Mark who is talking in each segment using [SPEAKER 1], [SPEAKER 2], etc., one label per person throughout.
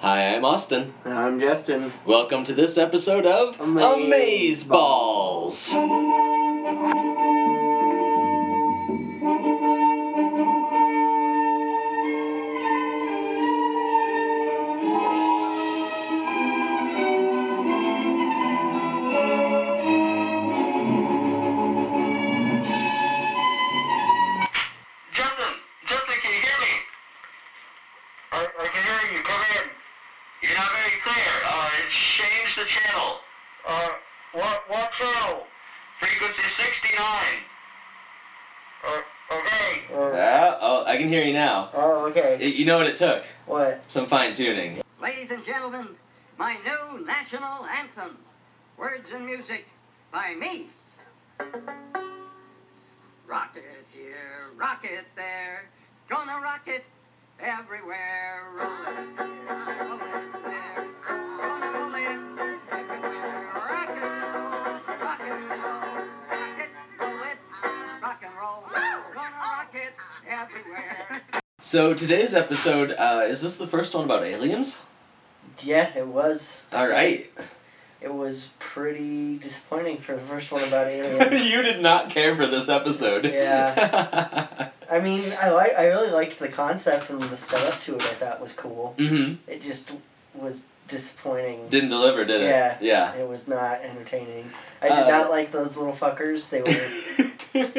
[SPEAKER 1] Hi, I'm Austin.
[SPEAKER 2] I'm Justin.
[SPEAKER 1] Welcome to this episode of
[SPEAKER 2] Amaze
[SPEAKER 1] Amaze Balls.
[SPEAKER 3] Justin, Justin, can you hear me? I, I can hear you. Come in. You're not very clear. Uh, it's changed the channel. Uh, what what channel? Frequency 69. Uh, okay.
[SPEAKER 1] Ah, oh, I can hear you now.
[SPEAKER 2] Oh,
[SPEAKER 1] Y-
[SPEAKER 2] okay.
[SPEAKER 1] You know what it took?
[SPEAKER 2] What?
[SPEAKER 1] Some fine tuning.
[SPEAKER 4] Ladies and gentlemen, my new national anthem, Words and Music, by me. Rocket here, rocket there, gonna rocket everywhere. Roll it here, roll it there, gonna roll it everywhere. Rock and roll, rock and roll, rocket, roll it, rock and roll, gonna rocket everywhere.
[SPEAKER 1] So today's episode uh, is this the first one about aliens?
[SPEAKER 2] Yeah, it was.
[SPEAKER 1] All right.
[SPEAKER 2] It was pretty disappointing for the first one about aliens.
[SPEAKER 1] you did not care for this episode. Yeah.
[SPEAKER 2] I mean, I like. I really liked the concept and the setup to it. I thought was cool.
[SPEAKER 1] mm-hmm.
[SPEAKER 2] It just was disappointing.
[SPEAKER 1] Didn't deliver, did it?
[SPEAKER 2] Yeah.
[SPEAKER 1] Yeah.
[SPEAKER 2] It was not entertaining. I did
[SPEAKER 1] Uh,
[SPEAKER 2] not like those little fuckers. They were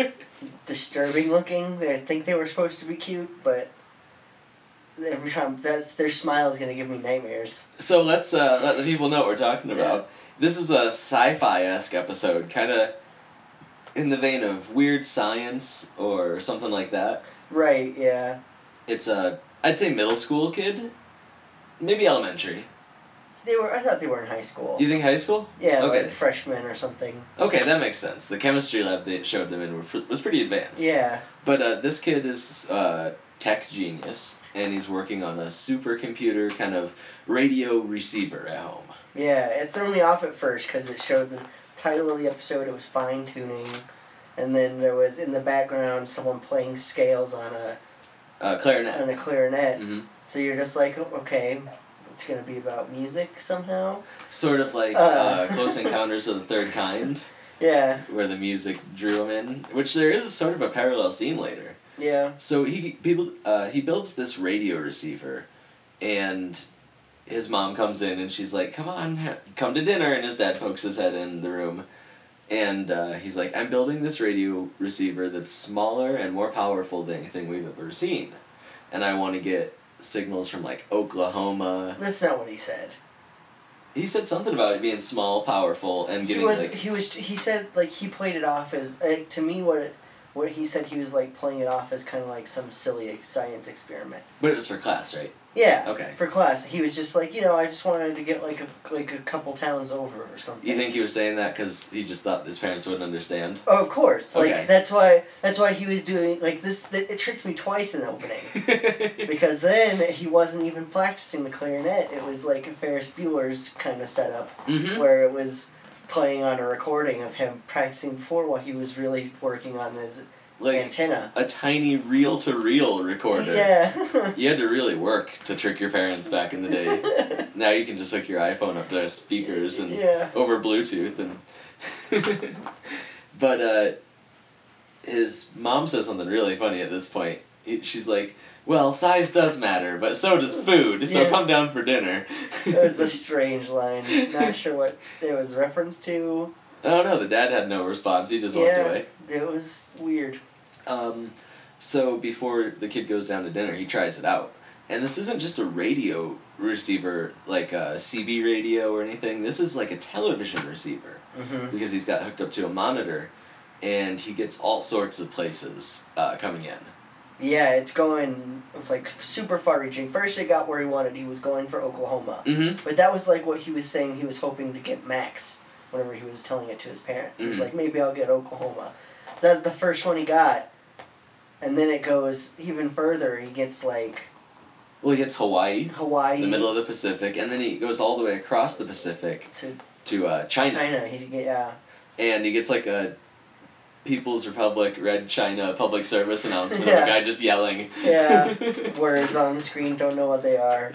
[SPEAKER 2] disturbing looking. They- I think they were supposed to be cute, but every time that's their smile is gonna give me nightmares.
[SPEAKER 1] so let's uh, let the people know what we're talking about. This is a sci-fi esque episode, kind of in the vein of weird science or something like that.
[SPEAKER 2] Right? Yeah.
[SPEAKER 1] It's a I'd say middle school kid, maybe elementary.
[SPEAKER 2] They were. I thought they were in high school.
[SPEAKER 1] You think high school?
[SPEAKER 2] Yeah,
[SPEAKER 1] Okay.
[SPEAKER 2] like freshmen or something.
[SPEAKER 1] Okay, that makes sense. The chemistry lab they showed them in were pr- was pretty advanced.
[SPEAKER 2] Yeah.
[SPEAKER 1] But uh, this kid is uh, tech genius, and he's working on a supercomputer kind of radio receiver at home.
[SPEAKER 2] Yeah, it threw me off at first because it showed the title of the episode. It was fine tuning, and then there was in the background someone playing scales on a
[SPEAKER 1] Uh, clarinet.
[SPEAKER 2] on a clarinet.
[SPEAKER 1] hmm
[SPEAKER 2] So you're just like, "Oh, okay, it's gonna be about music somehow.
[SPEAKER 1] Sort of like uh.
[SPEAKER 2] Uh.
[SPEAKER 1] Close Encounters of the Third Kind,
[SPEAKER 2] Yeah,
[SPEAKER 1] where the music drew him in, which there is sort of a parallel scene later.
[SPEAKER 2] yeah,
[SPEAKER 1] So he people uh, he builds this radio receiver, and his mom comes in and she's like, "Come on, ha- come to dinner." And his dad pokes his head in the room, and uh, he's like, "I'm building this radio receiver that's smaller and more powerful than anything we've ever seen, and I want to get signals from like Oklahoma."
[SPEAKER 2] that's not what he said.
[SPEAKER 1] He said something about it being small, powerful, and
[SPEAKER 2] He
[SPEAKER 1] getting
[SPEAKER 2] was
[SPEAKER 1] like
[SPEAKER 2] he was he said like he played it off as like, to me what it, what he said he was like playing it off as kind of like some silly science experiment.
[SPEAKER 1] But it was for class, right?
[SPEAKER 2] Yeah.
[SPEAKER 1] Okay.
[SPEAKER 2] For class, he was just like, you know, I just wanted to get like a like a couple towns over or something.
[SPEAKER 1] You think he was saying that because he just thought his parents wouldn't understand?
[SPEAKER 2] Oh, of course. Like
[SPEAKER 1] Okay.
[SPEAKER 2] that's why that's why he was doing like this. Th- it tricked me twice in the opening because then he wasn't even practicing the clarinet. It was like a Ferris Bueller's kind of setup
[SPEAKER 1] hmm
[SPEAKER 2] where it was playing on a recording of him practicing before while he was really working on his
[SPEAKER 1] Like
[SPEAKER 2] antenna.
[SPEAKER 1] a tiny reel to reel recorder.
[SPEAKER 2] Yeah.
[SPEAKER 1] You had to really work to trick your parents back in the day. now you can just hook your iPhone up to speakers and
[SPEAKER 2] yeah.
[SPEAKER 1] over Bluetooth and but uh, his mom says something really funny at this point. He- She's like, "Well, size does matter, but so does food. So
[SPEAKER 2] Yeah.
[SPEAKER 1] come down for dinner."
[SPEAKER 2] It was a strange line. Not sure what it was referenced to.
[SPEAKER 1] I don't know. The dad had no response. He just walked away.
[SPEAKER 2] It was weird.
[SPEAKER 1] Um, so before the kid goes down to dinner, he tries it out. And this isn't just a radio receiver, like a CB radio or anything. This is like a television receiver
[SPEAKER 2] Mm-hmm.
[SPEAKER 1] because he's got hooked up to a monitor and he gets all sorts of places uh, coming in.
[SPEAKER 2] Yeah, it's going it's like super far reaching. First, it got where he wanted. He was going for Oklahoma,
[SPEAKER 1] Mm-hmm.
[SPEAKER 2] but that was like what he was saying. He was hoping to get Max whenever he was telling it to his parents. He was
[SPEAKER 1] Mhm.
[SPEAKER 2] like, maybe I'll get Oklahoma. That's the first one he got, and then it goes even further. He gets like
[SPEAKER 1] Well, he hits Hawaii,
[SPEAKER 2] Hawaii
[SPEAKER 1] the middle of the Pacific, and then he goes all the way across the Pacific
[SPEAKER 2] to
[SPEAKER 1] to uh, China.
[SPEAKER 2] China. He get yeah.
[SPEAKER 1] And he gets like a People's Republic Red China public service announcement of
[SPEAKER 2] Yeah.
[SPEAKER 1] a guy just yelling.
[SPEAKER 2] Yeah. Words on the screen don't know what they are.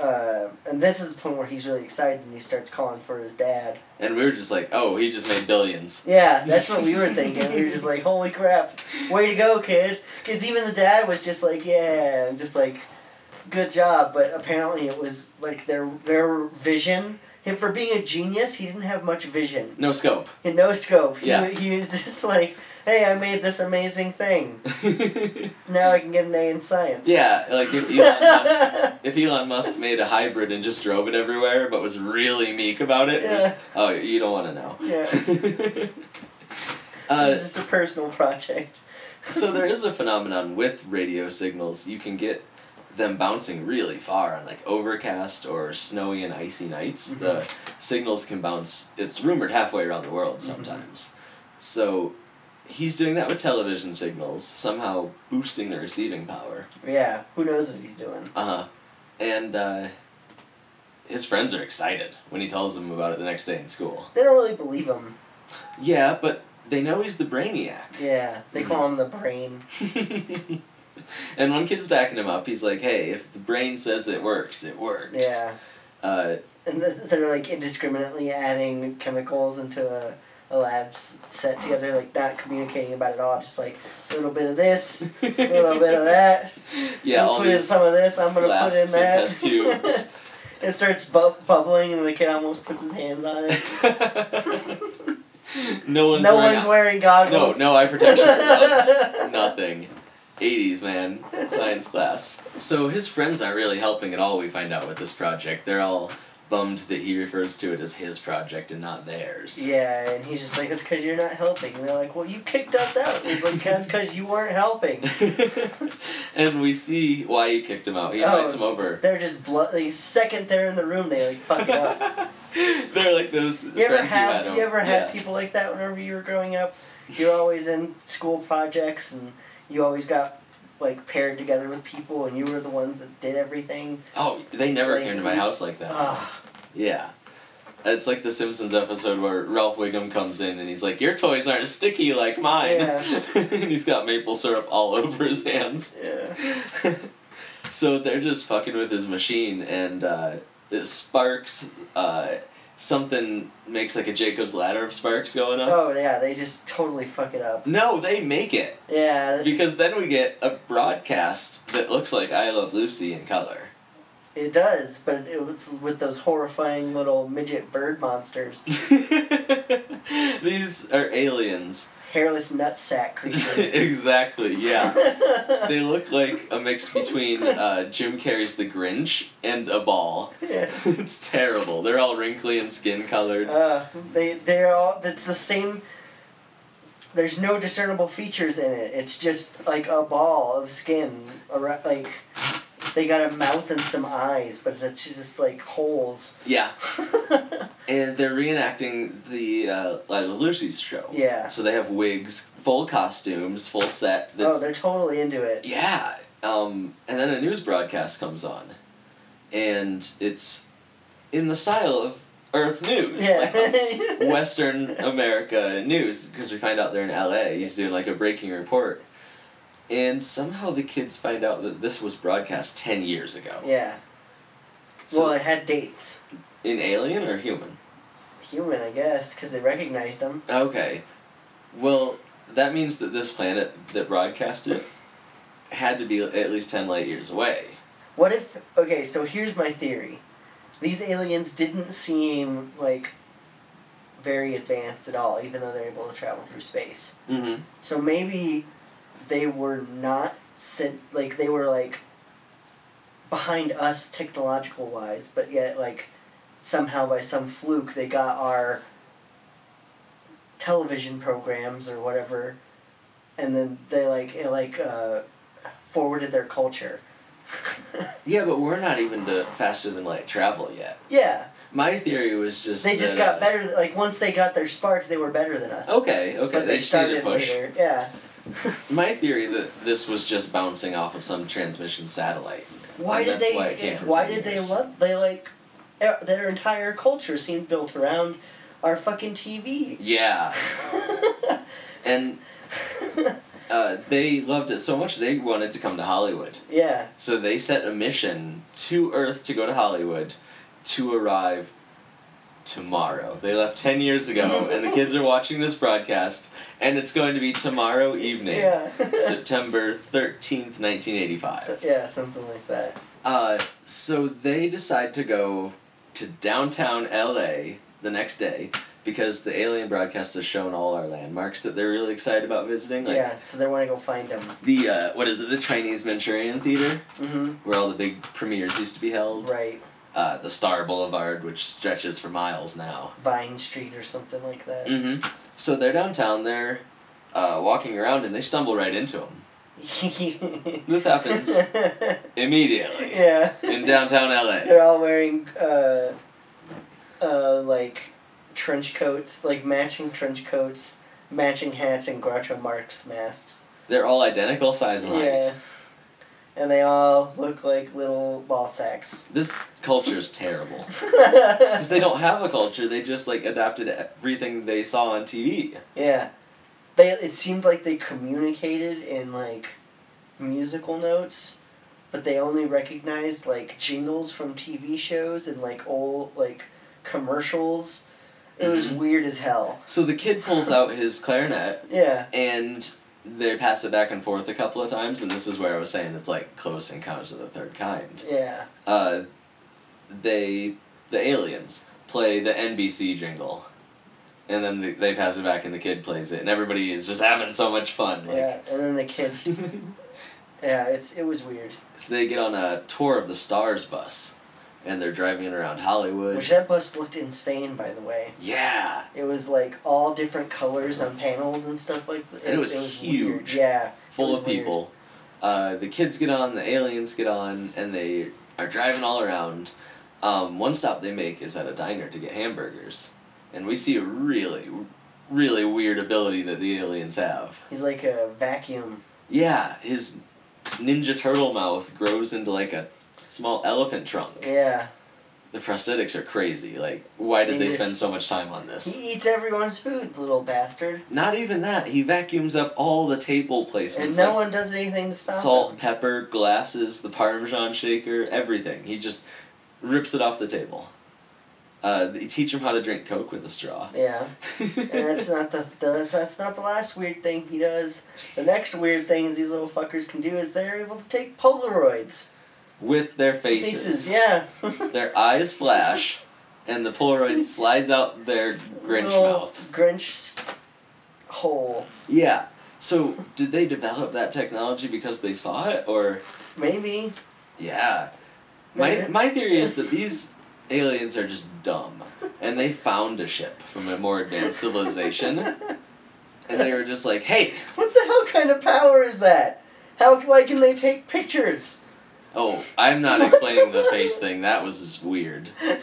[SPEAKER 2] uh, and this is the point where he's really excited and he starts calling for his dad.
[SPEAKER 1] And we were just like, oh, he just made billions.
[SPEAKER 2] Yeah, that's what we were thinking. We were just like, holy crap, way to go, kid. Because even the dad was just like, yeah, and just like, good job. But apparently it was like their their vision. Him for being a genius, he didn't have much vision
[SPEAKER 1] No scope.
[SPEAKER 2] and no scope. He,
[SPEAKER 1] Yeah.
[SPEAKER 2] he was just like, hey, I made this amazing thing.
[SPEAKER 1] yeah,
[SPEAKER 2] Now I can get an A in science.
[SPEAKER 1] like if Elon, Musk, if Elon Musk made a hybrid and just drove it everywhere, but was really meek about it, it was-
[SPEAKER 2] Yeah.
[SPEAKER 1] oh, you don't want to know. uh,
[SPEAKER 2] this is a personal project.
[SPEAKER 1] so there is a phenomenon with radio signals. You can get them bouncing really far on like overcast or snowy and icy nights. The signals can bounce. It's rumored halfway around the world sometimes. So he's doing that with television signals, somehow boosting the receiving power.
[SPEAKER 2] Yeah, who knows what he's doing?
[SPEAKER 1] Uh-huh. And uh his friends are excited when he tells them about it the next day in school.
[SPEAKER 2] They don't really believe him.
[SPEAKER 1] Yeah, but they know he's the brainiac.
[SPEAKER 2] Yeah, they call him the brain.
[SPEAKER 1] and one kid's backing him up. He's like, "Hey, if the brain says it works, it works."
[SPEAKER 2] Yeah,
[SPEAKER 1] Uh,
[SPEAKER 2] and th- they're like indiscriminately adding chemicals into a, a lab s- set together, like not communicating about it at all. Just like a little bit of this, a little bit of that.
[SPEAKER 1] yeah,
[SPEAKER 2] You
[SPEAKER 1] all
[SPEAKER 2] put in
[SPEAKER 1] these
[SPEAKER 2] some of this. I'm gonna put in
[SPEAKER 1] flasks and
[SPEAKER 2] that.
[SPEAKER 1] test tubes.
[SPEAKER 2] it starts bu- bubbling, and the kid almost puts his hands on it.
[SPEAKER 1] no one's
[SPEAKER 2] no
[SPEAKER 1] wearing
[SPEAKER 2] one's wearing goggles.
[SPEAKER 1] No, no eye protection gloves. Nothing. 80s, man. Science class. So his friends aren't really helping at all, we find out with this project. They're all bummed that he refers to it as his project and not theirs.
[SPEAKER 2] Yeah, and he's just like, it's because you're not helping. And they're like, well, you kicked us out. He's like, that's because you weren't helping.
[SPEAKER 1] and we see why he kicked him out. He invites
[SPEAKER 2] Oh.
[SPEAKER 1] him over.
[SPEAKER 2] They're just blood. The second they're in the room, they like fuck it up.
[SPEAKER 1] They're like those
[SPEAKER 2] You ever
[SPEAKER 1] friends
[SPEAKER 2] have
[SPEAKER 1] you had.
[SPEAKER 2] you ever had
[SPEAKER 1] yeah.
[SPEAKER 2] people like that whenever you were growing up? You're always in school projects and you always got like paired together with people and you were the ones that did everything.
[SPEAKER 1] Oh, they never
[SPEAKER 2] Like,
[SPEAKER 1] came to my house like that.
[SPEAKER 2] Ugh.
[SPEAKER 1] Yeah. It's like the Simpsons episode where Ralph Wiggum comes in and he's like, Your toys aren't sticky like mine.
[SPEAKER 2] Yeah.
[SPEAKER 1] and he's got maple syrup all over his hands.
[SPEAKER 2] Yeah.
[SPEAKER 1] so they're just fucking with his machine and uh, it sparks. Uh, something makes like a Jacob's ladder of sparks going up.
[SPEAKER 2] Oh yeah, they just totally fuck it up.
[SPEAKER 1] No, they make it.
[SPEAKER 2] Yeah,
[SPEAKER 1] Because then we get a broadcast that looks like I Love Lucy in color.
[SPEAKER 2] it does, but it was with those horrifying little midget bird monsters,
[SPEAKER 1] These are aliens.
[SPEAKER 2] hairless nutsack creatures.
[SPEAKER 1] exactly, yeah. they look like a mix between uh, Jim Carrey's The Grinch and a ball.
[SPEAKER 2] Yeah.
[SPEAKER 1] it's terrible. They're all wrinkly and skin colored.
[SPEAKER 2] Uh, they they're all that's the same. There's no discernible features in it. It's just like a ball of skin. Around, like they got a mouth and some eyes, but that's just like holes.
[SPEAKER 1] yeah. And they're reenacting the uh, Lila Lucy's show.
[SPEAKER 2] Yeah.
[SPEAKER 1] So they have wigs, full costumes, full set.
[SPEAKER 2] Oh,
[SPEAKER 1] that's-
[SPEAKER 2] they're totally into it.
[SPEAKER 1] Yeah. Um, and then a news broadcast comes on. And it's in the style of Earth News.
[SPEAKER 2] Yeah.
[SPEAKER 1] Like, um, Western America news because we find out they're in LA. He's doing like a breaking report. And somehow the kids find out that this was broadcast 10 years ago.
[SPEAKER 2] yeah.
[SPEAKER 1] So,
[SPEAKER 2] well, it had dates.
[SPEAKER 1] in alien or human?
[SPEAKER 2] Human, I guess, because they recognized them.
[SPEAKER 1] Okay. Well, that means that this planet that broadcast it had to be at least 10 light years away.
[SPEAKER 2] What if? Okay, so here's my theory. These aliens didn't seem like very advanced at all, even though they're able to travel through space.
[SPEAKER 1] Mm
[SPEAKER 2] So maybe they were not sent like they were like behind us technological wise, but yet like somehow by some fluke they got our television programs or whatever and then they like it like uh, forwarded their culture.
[SPEAKER 1] hmm. Yeah, but we're not even to faster than light travel yet.
[SPEAKER 2] yeah.
[SPEAKER 1] My theory was just.
[SPEAKER 2] They just
[SPEAKER 1] that,
[SPEAKER 2] got
[SPEAKER 1] uh,
[SPEAKER 2] better like once they got their spark they were better than us.
[SPEAKER 1] Okay, okay.
[SPEAKER 2] But they,
[SPEAKER 1] just need to
[SPEAKER 2] started
[SPEAKER 1] push.
[SPEAKER 2] later. Yeah.
[SPEAKER 1] My theory that this was just bouncing off of some transmission satellite.
[SPEAKER 2] Why
[SPEAKER 1] And
[SPEAKER 2] did
[SPEAKER 1] that's
[SPEAKER 2] they?
[SPEAKER 1] why it came
[SPEAKER 2] if-
[SPEAKER 1] for
[SPEAKER 2] why
[SPEAKER 1] 10
[SPEAKER 2] did they
[SPEAKER 1] years.
[SPEAKER 2] love? They like, eh, their entire culture seemed built around our fucking TV.
[SPEAKER 1] Yeah. and uh, they loved it so much they wanted to come to Hollywood.
[SPEAKER 2] Yeah.
[SPEAKER 1] So they set a mission to Earth to go to Hollywood to arrive tomorrow. They left 10 years ago, and the kids are watching this broadcast, and it's going to be tomorrow evening,
[SPEAKER 2] Yeah.
[SPEAKER 1] September 13th, 1985.
[SPEAKER 2] So- yeah, something like that.
[SPEAKER 1] Uh, so they decide to go to downtown LA the next day because the alien broadcast has shown all our landmarks that they're really excited about visiting. Like
[SPEAKER 2] yeah, so they want to go find him.
[SPEAKER 1] the uh, what is it, the Chinese Manchurian Theater,
[SPEAKER 2] Mm-hmm.
[SPEAKER 1] where all the big premieres used to be held.
[SPEAKER 2] Right.
[SPEAKER 1] Uh, the Star Boulevard, which stretches for miles now.
[SPEAKER 2] Vine Street or something like that.
[SPEAKER 1] Mm-hmm. So they're downtown, they're uh, walking around, and they stumble right into him. This happens immediately
[SPEAKER 2] yeah.
[SPEAKER 1] in downtown LA.
[SPEAKER 2] They're all wearing uh, uh, like trench coats, like matching trench coats, matching hats, and Groucho Marx masks.
[SPEAKER 1] They're all identical size and height.
[SPEAKER 2] Yeah. And they all look like little ball sacks.
[SPEAKER 1] This culture is terrible. Because
[SPEAKER 2] yeah.
[SPEAKER 1] they don't have a culture, they just like adapted everything they saw on TV.
[SPEAKER 2] They it seemed like they communicated in like musical notes, but they only recognized like jingles from TV shows and like old like commercials. It was
[SPEAKER 1] Mhm.
[SPEAKER 2] weird as hell.
[SPEAKER 1] So the kid pulls out his clarinet
[SPEAKER 2] Yeah.
[SPEAKER 1] and they pass it back and forth a couple of times, and this is where I was saying it's like close encounters of the third kind.
[SPEAKER 2] Yeah.
[SPEAKER 1] Uh, they, the aliens, play the NBC jingle. And then the, they pass it back, and the kid plays it, and everybody is just having so much fun. Like,
[SPEAKER 2] yeah, and then the kid. yeah, it's it was weird.
[SPEAKER 1] so they get on a tour of the Stars bus, and they're driving it around Hollywood.
[SPEAKER 2] Which that bus looked insane, by the way.
[SPEAKER 1] Yeah.
[SPEAKER 2] It was like all different colors on panels and stuff like that.
[SPEAKER 1] And it was
[SPEAKER 2] weird.
[SPEAKER 1] huge.
[SPEAKER 2] Yeah, It
[SPEAKER 1] full
[SPEAKER 2] was
[SPEAKER 1] of people. Uh, the kids get on, the aliens get on, and they are driving all around. Um, one stop they make is at a diner to get hamburgers, and we see a really, really weird ability that the aliens have.
[SPEAKER 2] he's like a vacuum.
[SPEAKER 1] Yeah, his Ninja Turtle mouth grows into like a small elephant trunk.
[SPEAKER 2] Yeah,
[SPEAKER 1] The prosthetics are crazy. Like, why did
[SPEAKER 2] And
[SPEAKER 1] they
[SPEAKER 2] just-
[SPEAKER 1] spend so much time on this?
[SPEAKER 2] he eats everyone's food, little bastard,
[SPEAKER 1] Not even that. He vacuums up all the table placements.
[SPEAKER 2] and
[SPEAKER 1] like,
[SPEAKER 2] no one does anything to stop
[SPEAKER 1] salt,
[SPEAKER 2] him.
[SPEAKER 1] pepper, glasses, the Parmesan shaker, everything. He just rips it off the table. Uh, they teach him how to drink Coke with a straw.
[SPEAKER 2] Yeah, and that's not the, the that's not the last weird thing he does. The next weird things these little fuckers can do is they're able to take Polaroids.
[SPEAKER 1] with their faces.
[SPEAKER 2] Faces, yeah.
[SPEAKER 1] Their eyes flash, and the Polaroid slides out their Grinch
[SPEAKER 2] Little
[SPEAKER 1] mouth.
[SPEAKER 2] Grinch hole.
[SPEAKER 1] Yeah. So, did they develop that technology because they saw it, or
[SPEAKER 2] Maybe.
[SPEAKER 1] yeah? My
[SPEAKER 2] Maybe.
[SPEAKER 1] my theory is that these aliens are just dumb, and they found a ship from a more advanced civilization, and they were just like, "Hey,
[SPEAKER 2] What the hell kind of power is that? How why can they take pictures?
[SPEAKER 1] Oh, I'm not explaining the face thing. That was just weird. and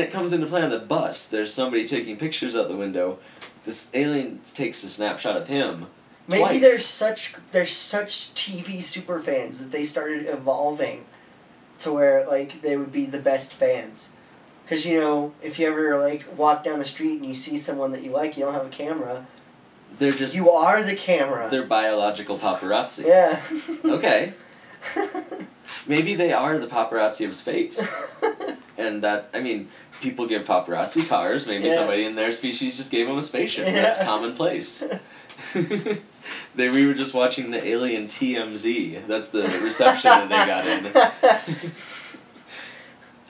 [SPEAKER 1] it comes into play on the bus. There's somebody taking pictures out the window. This alien takes a snapshot of him.
[SPEAKER 2] Maybe
[SPEAKER 1] Twice.
[SPEAKER 2] they're such they're such TV super fans that they started evolving to where like they would be the best fans. Cause you know if you ever like walk down the street and you see someone that you like, you don't have a camera.
[SPEAKER 1] They're just
[SPEAKER 2] You are the camera.
[SPEAKER 1] they're biological paparazzi.
[SPEAKER 2] yeah.
[SPEAKER 1] Okay. Maybe they are the paparazzi of space. And that I mean, people give paparazzi cars. Maybe
[SPEAKER 2] Yeah.
[SPEAKER 1] somebody in their species just gave them a spaceship.
[SPEAKER 2] Yeah.
[SPEAKER 1] That's commonplace. they, we were just watching the alien TMZ. That's the reception that they got in.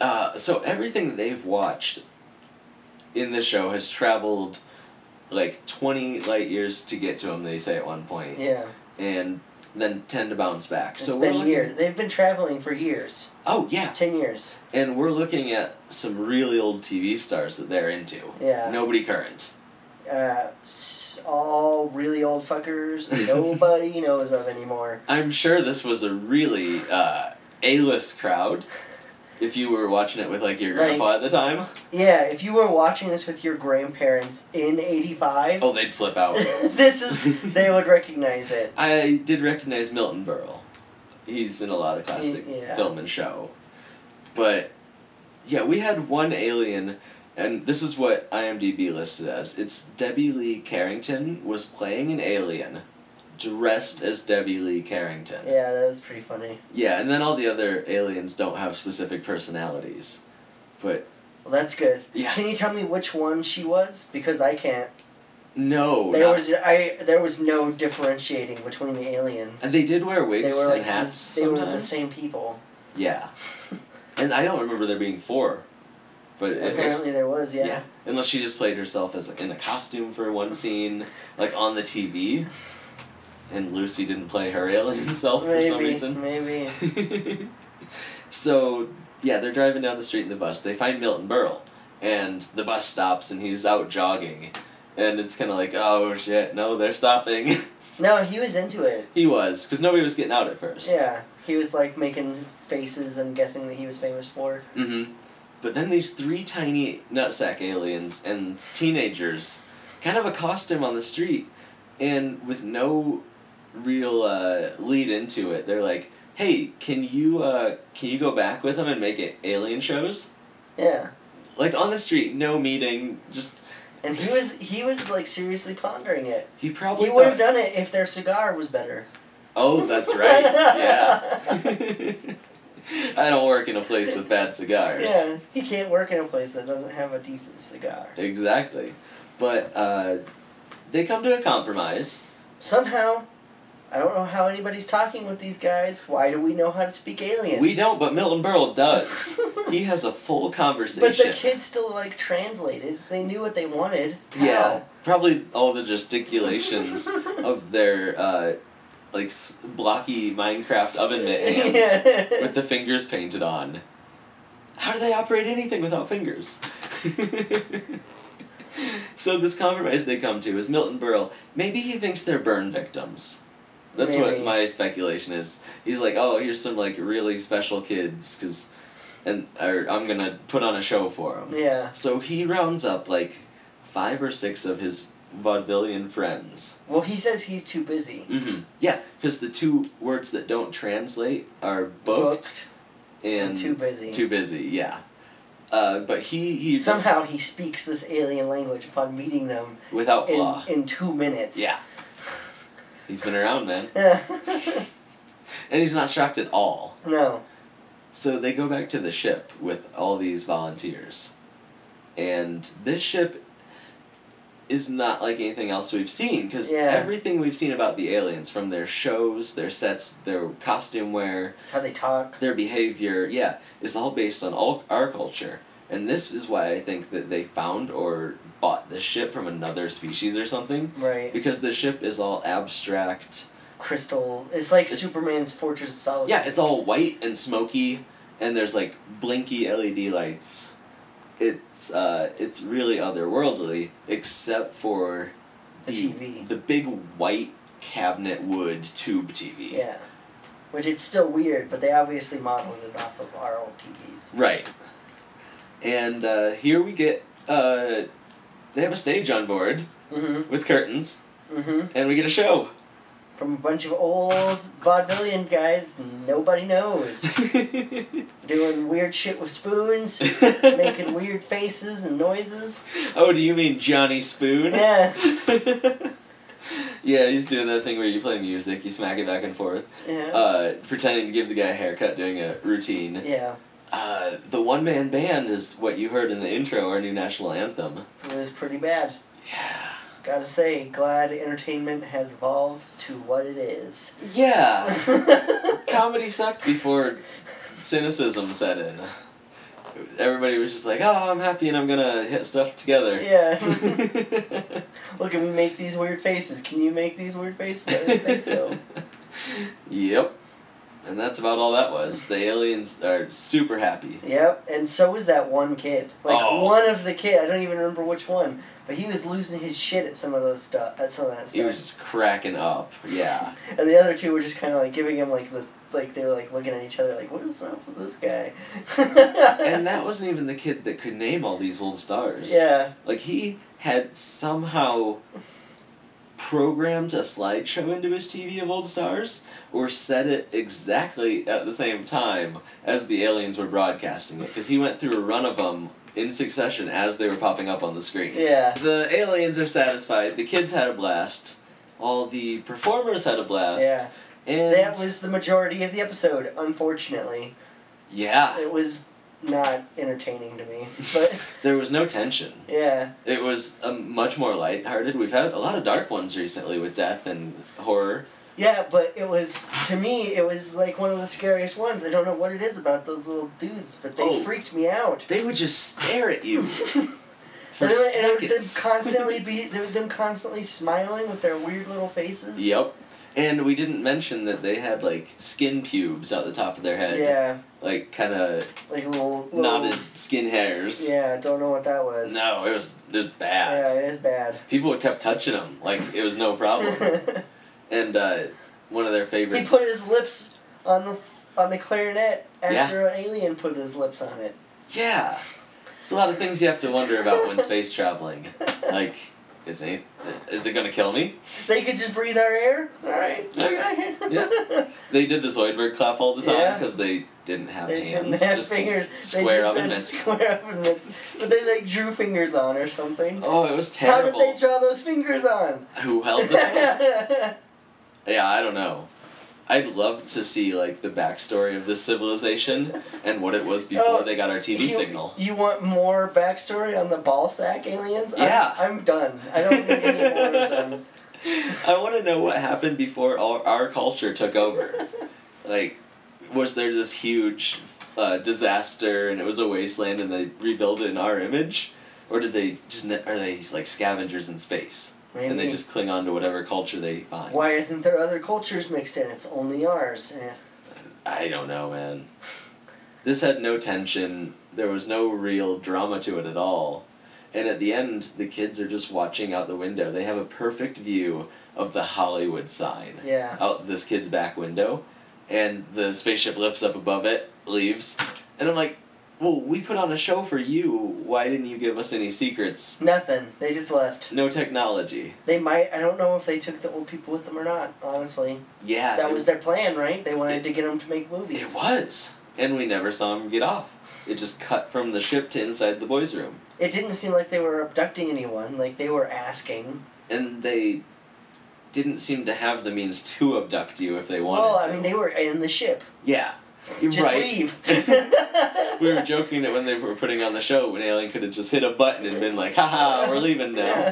[SPEAKER 1] Uh, so everything they've watched in the show has traveled like 20 light years to get to them they say at one point
[SPEAKER 2] yeah.
[SPEAKER 1] and then 10 to bounce back
[SPEAKER 2] It's
[SPEAKER 1] so we're
[SPEAKER 2] been
[SPEAKER 1] looking,
[SPEAKER 2] years. They've been traveling for years.
[SPEAKER 1] oh yeah
[SPEAKER 2] Ten years.
[SPEAKER 1] and we're looking at some really old tv stars that they're into
[SPEAKER 2] Yeah.
[SPEAKER 1] nobody current
[SPEAKER 2] uh, s- all really old fuckers nobody knows of anymore.
[SPEAKER 1] i'm sure this was a really uh, a-list crowd if you were watching it with like your
[SPEAKER 2] Like-
[SPEAKER 1] grandpa at the time
[SPEAKER 2] Yeah, if you were watching this with your grandparents in 85,
[SPEAKER 1] oh they'd flip out
[SPEAKER 2] this is, they would recognize it.
[SPEAKER 1] I did recognize Milton Berle. He's in a lot of classic
[SPEAKER 2] Y- yeah.
[SPEAKER 1] film and show. But yeah, we had one alien and this is what IMDb listed as. It's Debbie Lee Carrington was playing an alien dressed as Debbie Lee Carrington.
[SPEAKER 2] Yeah, that was pretty funny.
[SPEAKER 1] Yeah, and then all the other aliens don't have specific personalities. But
[SPEAKER 2] Well, that's good.
[SPEAKER 1] Yeah.
[SPEAKER 2] Can you tell me which one she was? Because I can't.
[SPEAKER 1] Oh, no,
[SPEAKER 2] there
[SPEAKER 1] not-
[SPEAKER 2] was I. There was no differentiating between the aliens.
[SPEAKER 1] and they did wear
[SPEAKER 2] They
[SPEAKER 1] wigs
[SPEAKER 2] were like
[SPEAKER 1] and hats.
[SPEAKER 2] the, they were the
[SPEAKER 1] sometimes.
[SPEAKER 2] same people.
[SPEAKER 1] Yeah, and I don't remember there being four, but it was,
[SPEAKER 2] Apparently there was yeah.
[SPEAKER 1] Unless she just played herself as like in a costume for one scene, like on the TV, and Lucy didn't play her alien self for some
[SPEAKER 2] Maybe
[SPEAKER 1] reason.
[SPEAKER 2] maybe.
[SPEAKER 1] so yeah, they're driving down the street in the bus. They find Milton Berle, and the bus stops, and he's out jogging, and it's kind of like, oh shit, no, they're stopping.
[SPEAKER 2] No, he was into it.
[SPEAKER 1] he was, because nobody was getting out at first.
[SPEAKER 2] Yeah, he was like making faces and guessing that he was famous for.
[SPEAKER 1] Mm-hmm. But then these three tiny nutsack aliens and teenagers kind of accost him on the street, and with no real uh, lead into it, they're like, "Hey, can you uh, can you go back with them and make it alien shows?"
[SPEAKER 2] Yeah,
[SPEAKER 1] Like on the street, no meeting, just
[SPEAKER 2] and he was he was like seriously pondering it.
[SPEAKER 1] he probably
[SPEAKER 2] He would have
[SPEAKER 1] thought-
[SPEAKER 2] done it if their cigar was better.
[SPEAKER 1] Oh, that's right. Yeah. I don't work in a place with bad cigars.
[SPEAKER 2] Yeah, he can't work in a place that doesn't have a decent cigar.
[SPEAKER 1] Exactly. But uh, they come to a compromise.
[SPEAKER 2] Somehow, I don't know how anybody's talking with these guys. Why do we know how to speak alien?
[SPEAKER 1] We don't, but Milton Berle does. he has a full conversation.
[SPEAKER 2] but the kids still like translated. They knew what they wanted. How?
[SPEAKER 1] yeah, probably all the gesticulations of their uh, like s- blocky Minecraft oven mitt hands
[SPEAKER 2] Yeah.
[SPEAKER 1] with the fingers painted on. How do they operate anything without fingers? so this compromise they come to is Milton Berle. Maybe he thinks they're burn victims. That's
[SPEAKER 2] Maybe.
[SPEAKER 1] what my speculation is. He's like, oh, here's some like really special kids, cause, and or I'm gonna put on a show for them.
[SPEAKER 2] Yeah.
[SPEAKER 1] So he rounds up like five or six of his vaudevillian friends.
[SPEAKER 2] Well, he says he's too busy.
[SPEAKER 1] Mm-hmm. Yeah, because the two words that don't translate are booked, and
[SPEAKER 2] too busy.
[SPEAKER 1] Too busy, yeah. Uh, but he he
[SPEAKER 2] Somehow he speaks this alien language upon meeting them
[SPEAKER 1] without
[SPEAKER 2] in,
[SPEAKER 1] flaw.
[SPEAKER 2] in two minutes.
[SPEAKER 1] yeah. He's been around, man,
[SPEAKER 2] Yeah.
[SPEAKER 1] and he's not shocked at all.
[SPEAKER 2] no.
[SPEAKER 1] So they go back to the ship with all these volunteers. And this ship is not like anything else we've seen because
[SPEAKER 2] Yeah.
[SPEAKER 1] everything we've seen about the aliens from their shows, their sets, their costume wear,
[SPEAKER 2] How they talk.
[SPEAKER 1] their behavior, yeah, is all based on all our culture. And this is why I think that they found or bought the ship from another species or something
[SPEAKER 2] Right.
[SPEAKER 1] because the ship is all abstract.
[SPEAKER 2] Crystal. It's like
[SPEAKER 1] It's-
[SPEAKER 2] Superman's Fortress of Solitude.
[SPEAKER 1] Yeah, it's all white and smoky, and there's like blinky LED lights. It's uh, it's really otherworldly, except for
[SPEAKER 2] The TV.
[SPEAKER 1] the big white cabinet wood tube TV.
[SPEAKER 2] Yeah. Which it's still weird, but they obviously modeled it off of our old TVs.
[SPEAKER 1] Right. And uh, here we get uh, they have a stage on board
[SPEAKER 2] Mm-hmm.
[SPEAKER 1] with curtains,
[SPEAKER 2] Mm-hmm.
[SPEAKER 1] and we get a show.
[SPEAKER 2] From a bunch of old vaudevillian guys nobody knows. Doing weird shit with spoons, making weird faces and noises.
[SPEAKER 1] oh, do you mean Johnny Spoon?
[SPEAKER 2] Yeah.
[SPEAKER 1] yeah, he's doing that thing where you play music, you smack it back and forth,
[SPEAKER 2] Yeah.
[SPEAKER 1] uh, pretending to give the guy a haircut, doing a routine.
[SPEAKER 2] yeah.
[SPEAKER 1] Uh, the one man band is what you heard in the intro, our new national anthem.
[SPEAKER 2] It was pretty bad.
[SPEAKER 1] Yeah.
[SPEAKER 2] Gotta say, glad entertainment has evolved to what it is.
[SPEAKER 1] Yeah. Comedy sucked before cynicism set in. Everybody was just like, oh, I'm happy and I'm gonna hit stuff together.
[SPEAKER 2] yeah. Look at me make these weird faces. Can you make these weird faces? I don't think so.
[SPEAKER 1] Yep. And that's about all that was. The aliens are super happy.
[SPEAKER 2] Yep, and so was that one kid. Like
[SPEAKER 1] Oh.
[SPEAKER 2] one of the kid, I don't even remember which one, but he was losing his shit at some of those stuff, at some of that
[SPEAKER 1] He
[SPEAKER 2] stuff.
[SPEAKER 1] was just cracking up. Yeah.
[SPEAKER 2] and the other two were just kind of like giving him like this, like they were like looking at each other, like what is up with this guy?
[SPEAKER 1] and that wasn't even the kid that could name all these old stars.
[SPEAKER 2] yeah,
[SPEAKER 1] Like he had somehow programmed a slideshow into his TV of old stars or set it exactly at the same time as the aliens were broadcasting it because he went through a run of them in succession as they were popping up on the screen.
[SPEAKER 2] yeah,
[SPEAKER 1] The aliens are satisfied. The kids had a blast. All the performers had a blast.
[SPEAKER 2] Yeah.
[SPEAKER 1] And
[SPEAKER 2] That was the majority of the episode, unfortunately.
[SPEAKER 1] yeah.
[SPEAKER 2] It was not entertaining to me. But
[SPEAKER 1] There was no tension.
[SPEAKER 2] yeah.
[SPEAKER 1] It was um, much more lighthearted. We've had a lot of dark ones recently with death and horror.
[SPEAKER 2] Yeah, but it was to me it was like one of the scariest ones. I don't know what it is about those little dudes, but they
[SPEAKER 1] Oh.
[SPEAKER 2] freaked me out.
[SPEAKER 1] They would just stare at you for
[SPEAKER 2] And it would- and it would- them
[SPEAKER 1] seconds.
[SPEAKER 2] constantly be them constantly smiling with their weird little faces.
[SPEAKER 1] Yep. And we didn't mention that they had like skin pubes out the top of their head.
[SPEAKER 2] Yeah,
[SPEAKER 1] Like kind of
[SPEAKER 2] like little, little
[SPEAKER 1] knotted skin hairs.
[SPEAKER 2] Yeah, don't know what that was.
[SPEAKER 1] No, it was it was
[SPEAKER 2] Yeah,
[SPEAKER 1] bad.
[SPEAKER 2] it is bad.
[SPEAKER 1] People kept touching them like it was no problem. and uh, one of their favorite.
[SPEAKER 2] he put his lips on the on the clarinet after an alien put his lips on it.
[SPEAKER 1] yeah. It's a lot of things you have to wonder about when space traveling. Like, is it is it gonna kill me?
[SPEAKER 2] They could just breathe our air. All right.
[SPEAKER 1] Okay. Yeah. They did the Zoidberg clap all the time
[SPEAKER 2] Yeah.
[SPEAKER 1] because they didn't have
[SPEAKER 2] They
[SPEAKER 1] hands.
[SPEAKER 2] didn't have
[SPEAKER 1] just
[SPEAKER 2] fingers.
[SPEAKER 1] square
[SPEAKER 2] they
[SPEAKER 1] up and
[SPEAKER 2] did
[SPEAKER 1] miss.
[SPEAKER 2] Square up and miss. But they like drew fingers on or something.
[SPEAKER 1] Oh, it was
[SPEAKER 2] How did
[SPEAKER 1] terrible. Oh,
[SPEAKER 2] they draw those fingers on?
[SPEAKER 1] Who held the hand? Yeah, I don't know. I'd love to see like the backstory of this civilization and what it was before
[SPEAKER 2] Oh,
[SPEAKER 1] they got our TV
[SPEAKER 2] you,
[SPEAKER 1] signal.
[SPEAKER 2] You want more backstory on the ball sack aliens? I'm-
[SPEAKER 1] Yeah.
[SPEAKER 2] I'm, done. I don't need any more of them.
[SPEAKER 1] I want to know what happened before our, our culture took over. like, was there this huge uh, disaster and it was a wasteland and they rebuilt it in our image, or did they just ne- are they like scavengers in space and they
[SPEAKER 2] Maybe.
[SPEAKER 1] just cling on to whatever culture they find?
[SPEAKER 2] Why isn't there other cultures mixed in? It's only ours. Eh.
[SPEAKER 1] I don't know, man. This had no tension. There was no real drama to it at all. And at the end, the kids are just watching out the window. They have a perfect view of the Hollywood sign
[SPEAKER 2] Yeah.
[SPEAKER 1] out this kid's back window. And the spaceship lifts up above it, leaves. And I'm like, well, we put on a show for you. Why didn't you give us any secrets?
[SPEAKER 2] Nothing. They just left.
[SPEAKER 1] No technology.
[SPEAKER 2] They might. I don't know if they took the old people with them or not. Honestly,
[SPEAKER 1] Yeah.
[SPEAKER 2] that
[SPEAKER 1] it-
[SPEAKER 2] was their plan, right? They wanted
[SPEAKER 1] It-
[SPEAKER 2] to get them to make movies.
[SPEAKER 1] It was. And we never saw him get off. It just cut from the ship to inside the boys' room.
[SPEAKER 2] It didn't seem like they were abducting anyone. Like they were asking.
[SPEAKER 1] and they didn't seem to have the means to abduct you if they wanted
[SPEAKER 2] Well, I
[SPEAKER 1] to.
[SPEAKER 2] mean, they were in the ship.
[SPEAKER 1] yeah, you're
[SPEAKER 2] Just
[SPEAKER 1] right.
[SPEAKER 2] leave.
[SPEAKER 1] we were joking that when they were putting on the show, an alien could have just hit a button and been like, "Haha, we're leaving now."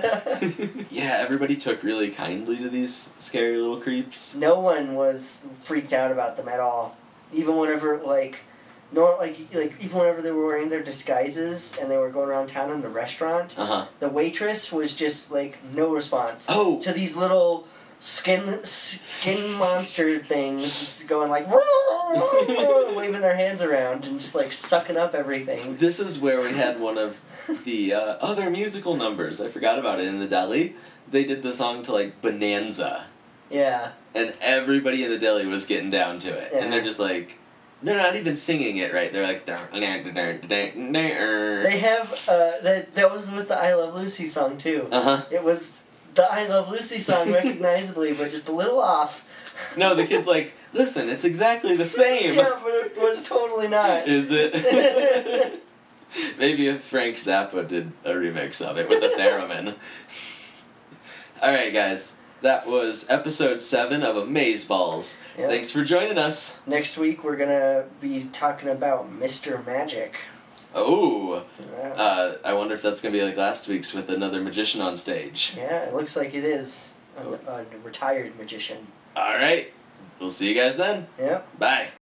[SPEAKER 1] yeah, everybody took really kindly to these scary little creeps.
[SPEAKER 2] no one was freaked out about them at all. Even whenever like no like like even whenever they were wearing their disguises and they were going around town in the restaurant,
[SPEAKER 1] Uh huh.
[SPEAKER 2] the waitress was just like no response
[SPEAKER 1] Oh.
[SPEAKER 2] to these little skin skin monster things going like "Whoa, whoa, whoa," waving their hands around and just like sucking up everything.
[SPEAKER 1] This is where we had one of the uh, other musical numbers. I forgot about it in the deli. They did the song to like Bonanza.
[SPEAKER 2] Yeah.
[SPEAKER 1] and everybody in the deli was getting down to it, and they're
[SPEAKER 2] Yeah.
[SPEAKER 1] just like, they're not even singing it right. They're like,
[SPEAKER 2] They
[SPEAKER 1] uh
[SPEAKER 2] have uh that that was with the I Love Lucy song too.
[SPEAKER 1] huh.
[SPEAKER 2] It was the I Love Lucy song recognizably, but just a little off.
[SPEAKER 1] No, the kid's like, listen, it's exactly the same.
[SPEAKER 2] Yeah, but it was totally not.
[SPEAKER 1] Is it? Maybe if Frank Zappa did a remix of it with a theremin. All right, guys, that was episode seven of Amazeballs.
[SPEAKER 2] Yeah.
[SPEAKER 1] Thanks for joining us.
[SPEAKER 2] Next week we're gonna be talking about Mr. Magic.
[SPEAKER 1] Oh,
[SPEAKER 2] Uh,
[SPEAKER 1] uh, I wonder if that's gonna be like last week's with another magician on stage.
[SPEAKER 2] yeah, it looks like it is a, a retired magician.
[SPEAKER 1] All right. We'll see you guys then.
[SPEAKER 2] Yep.
[SPEAKER 1] Bye.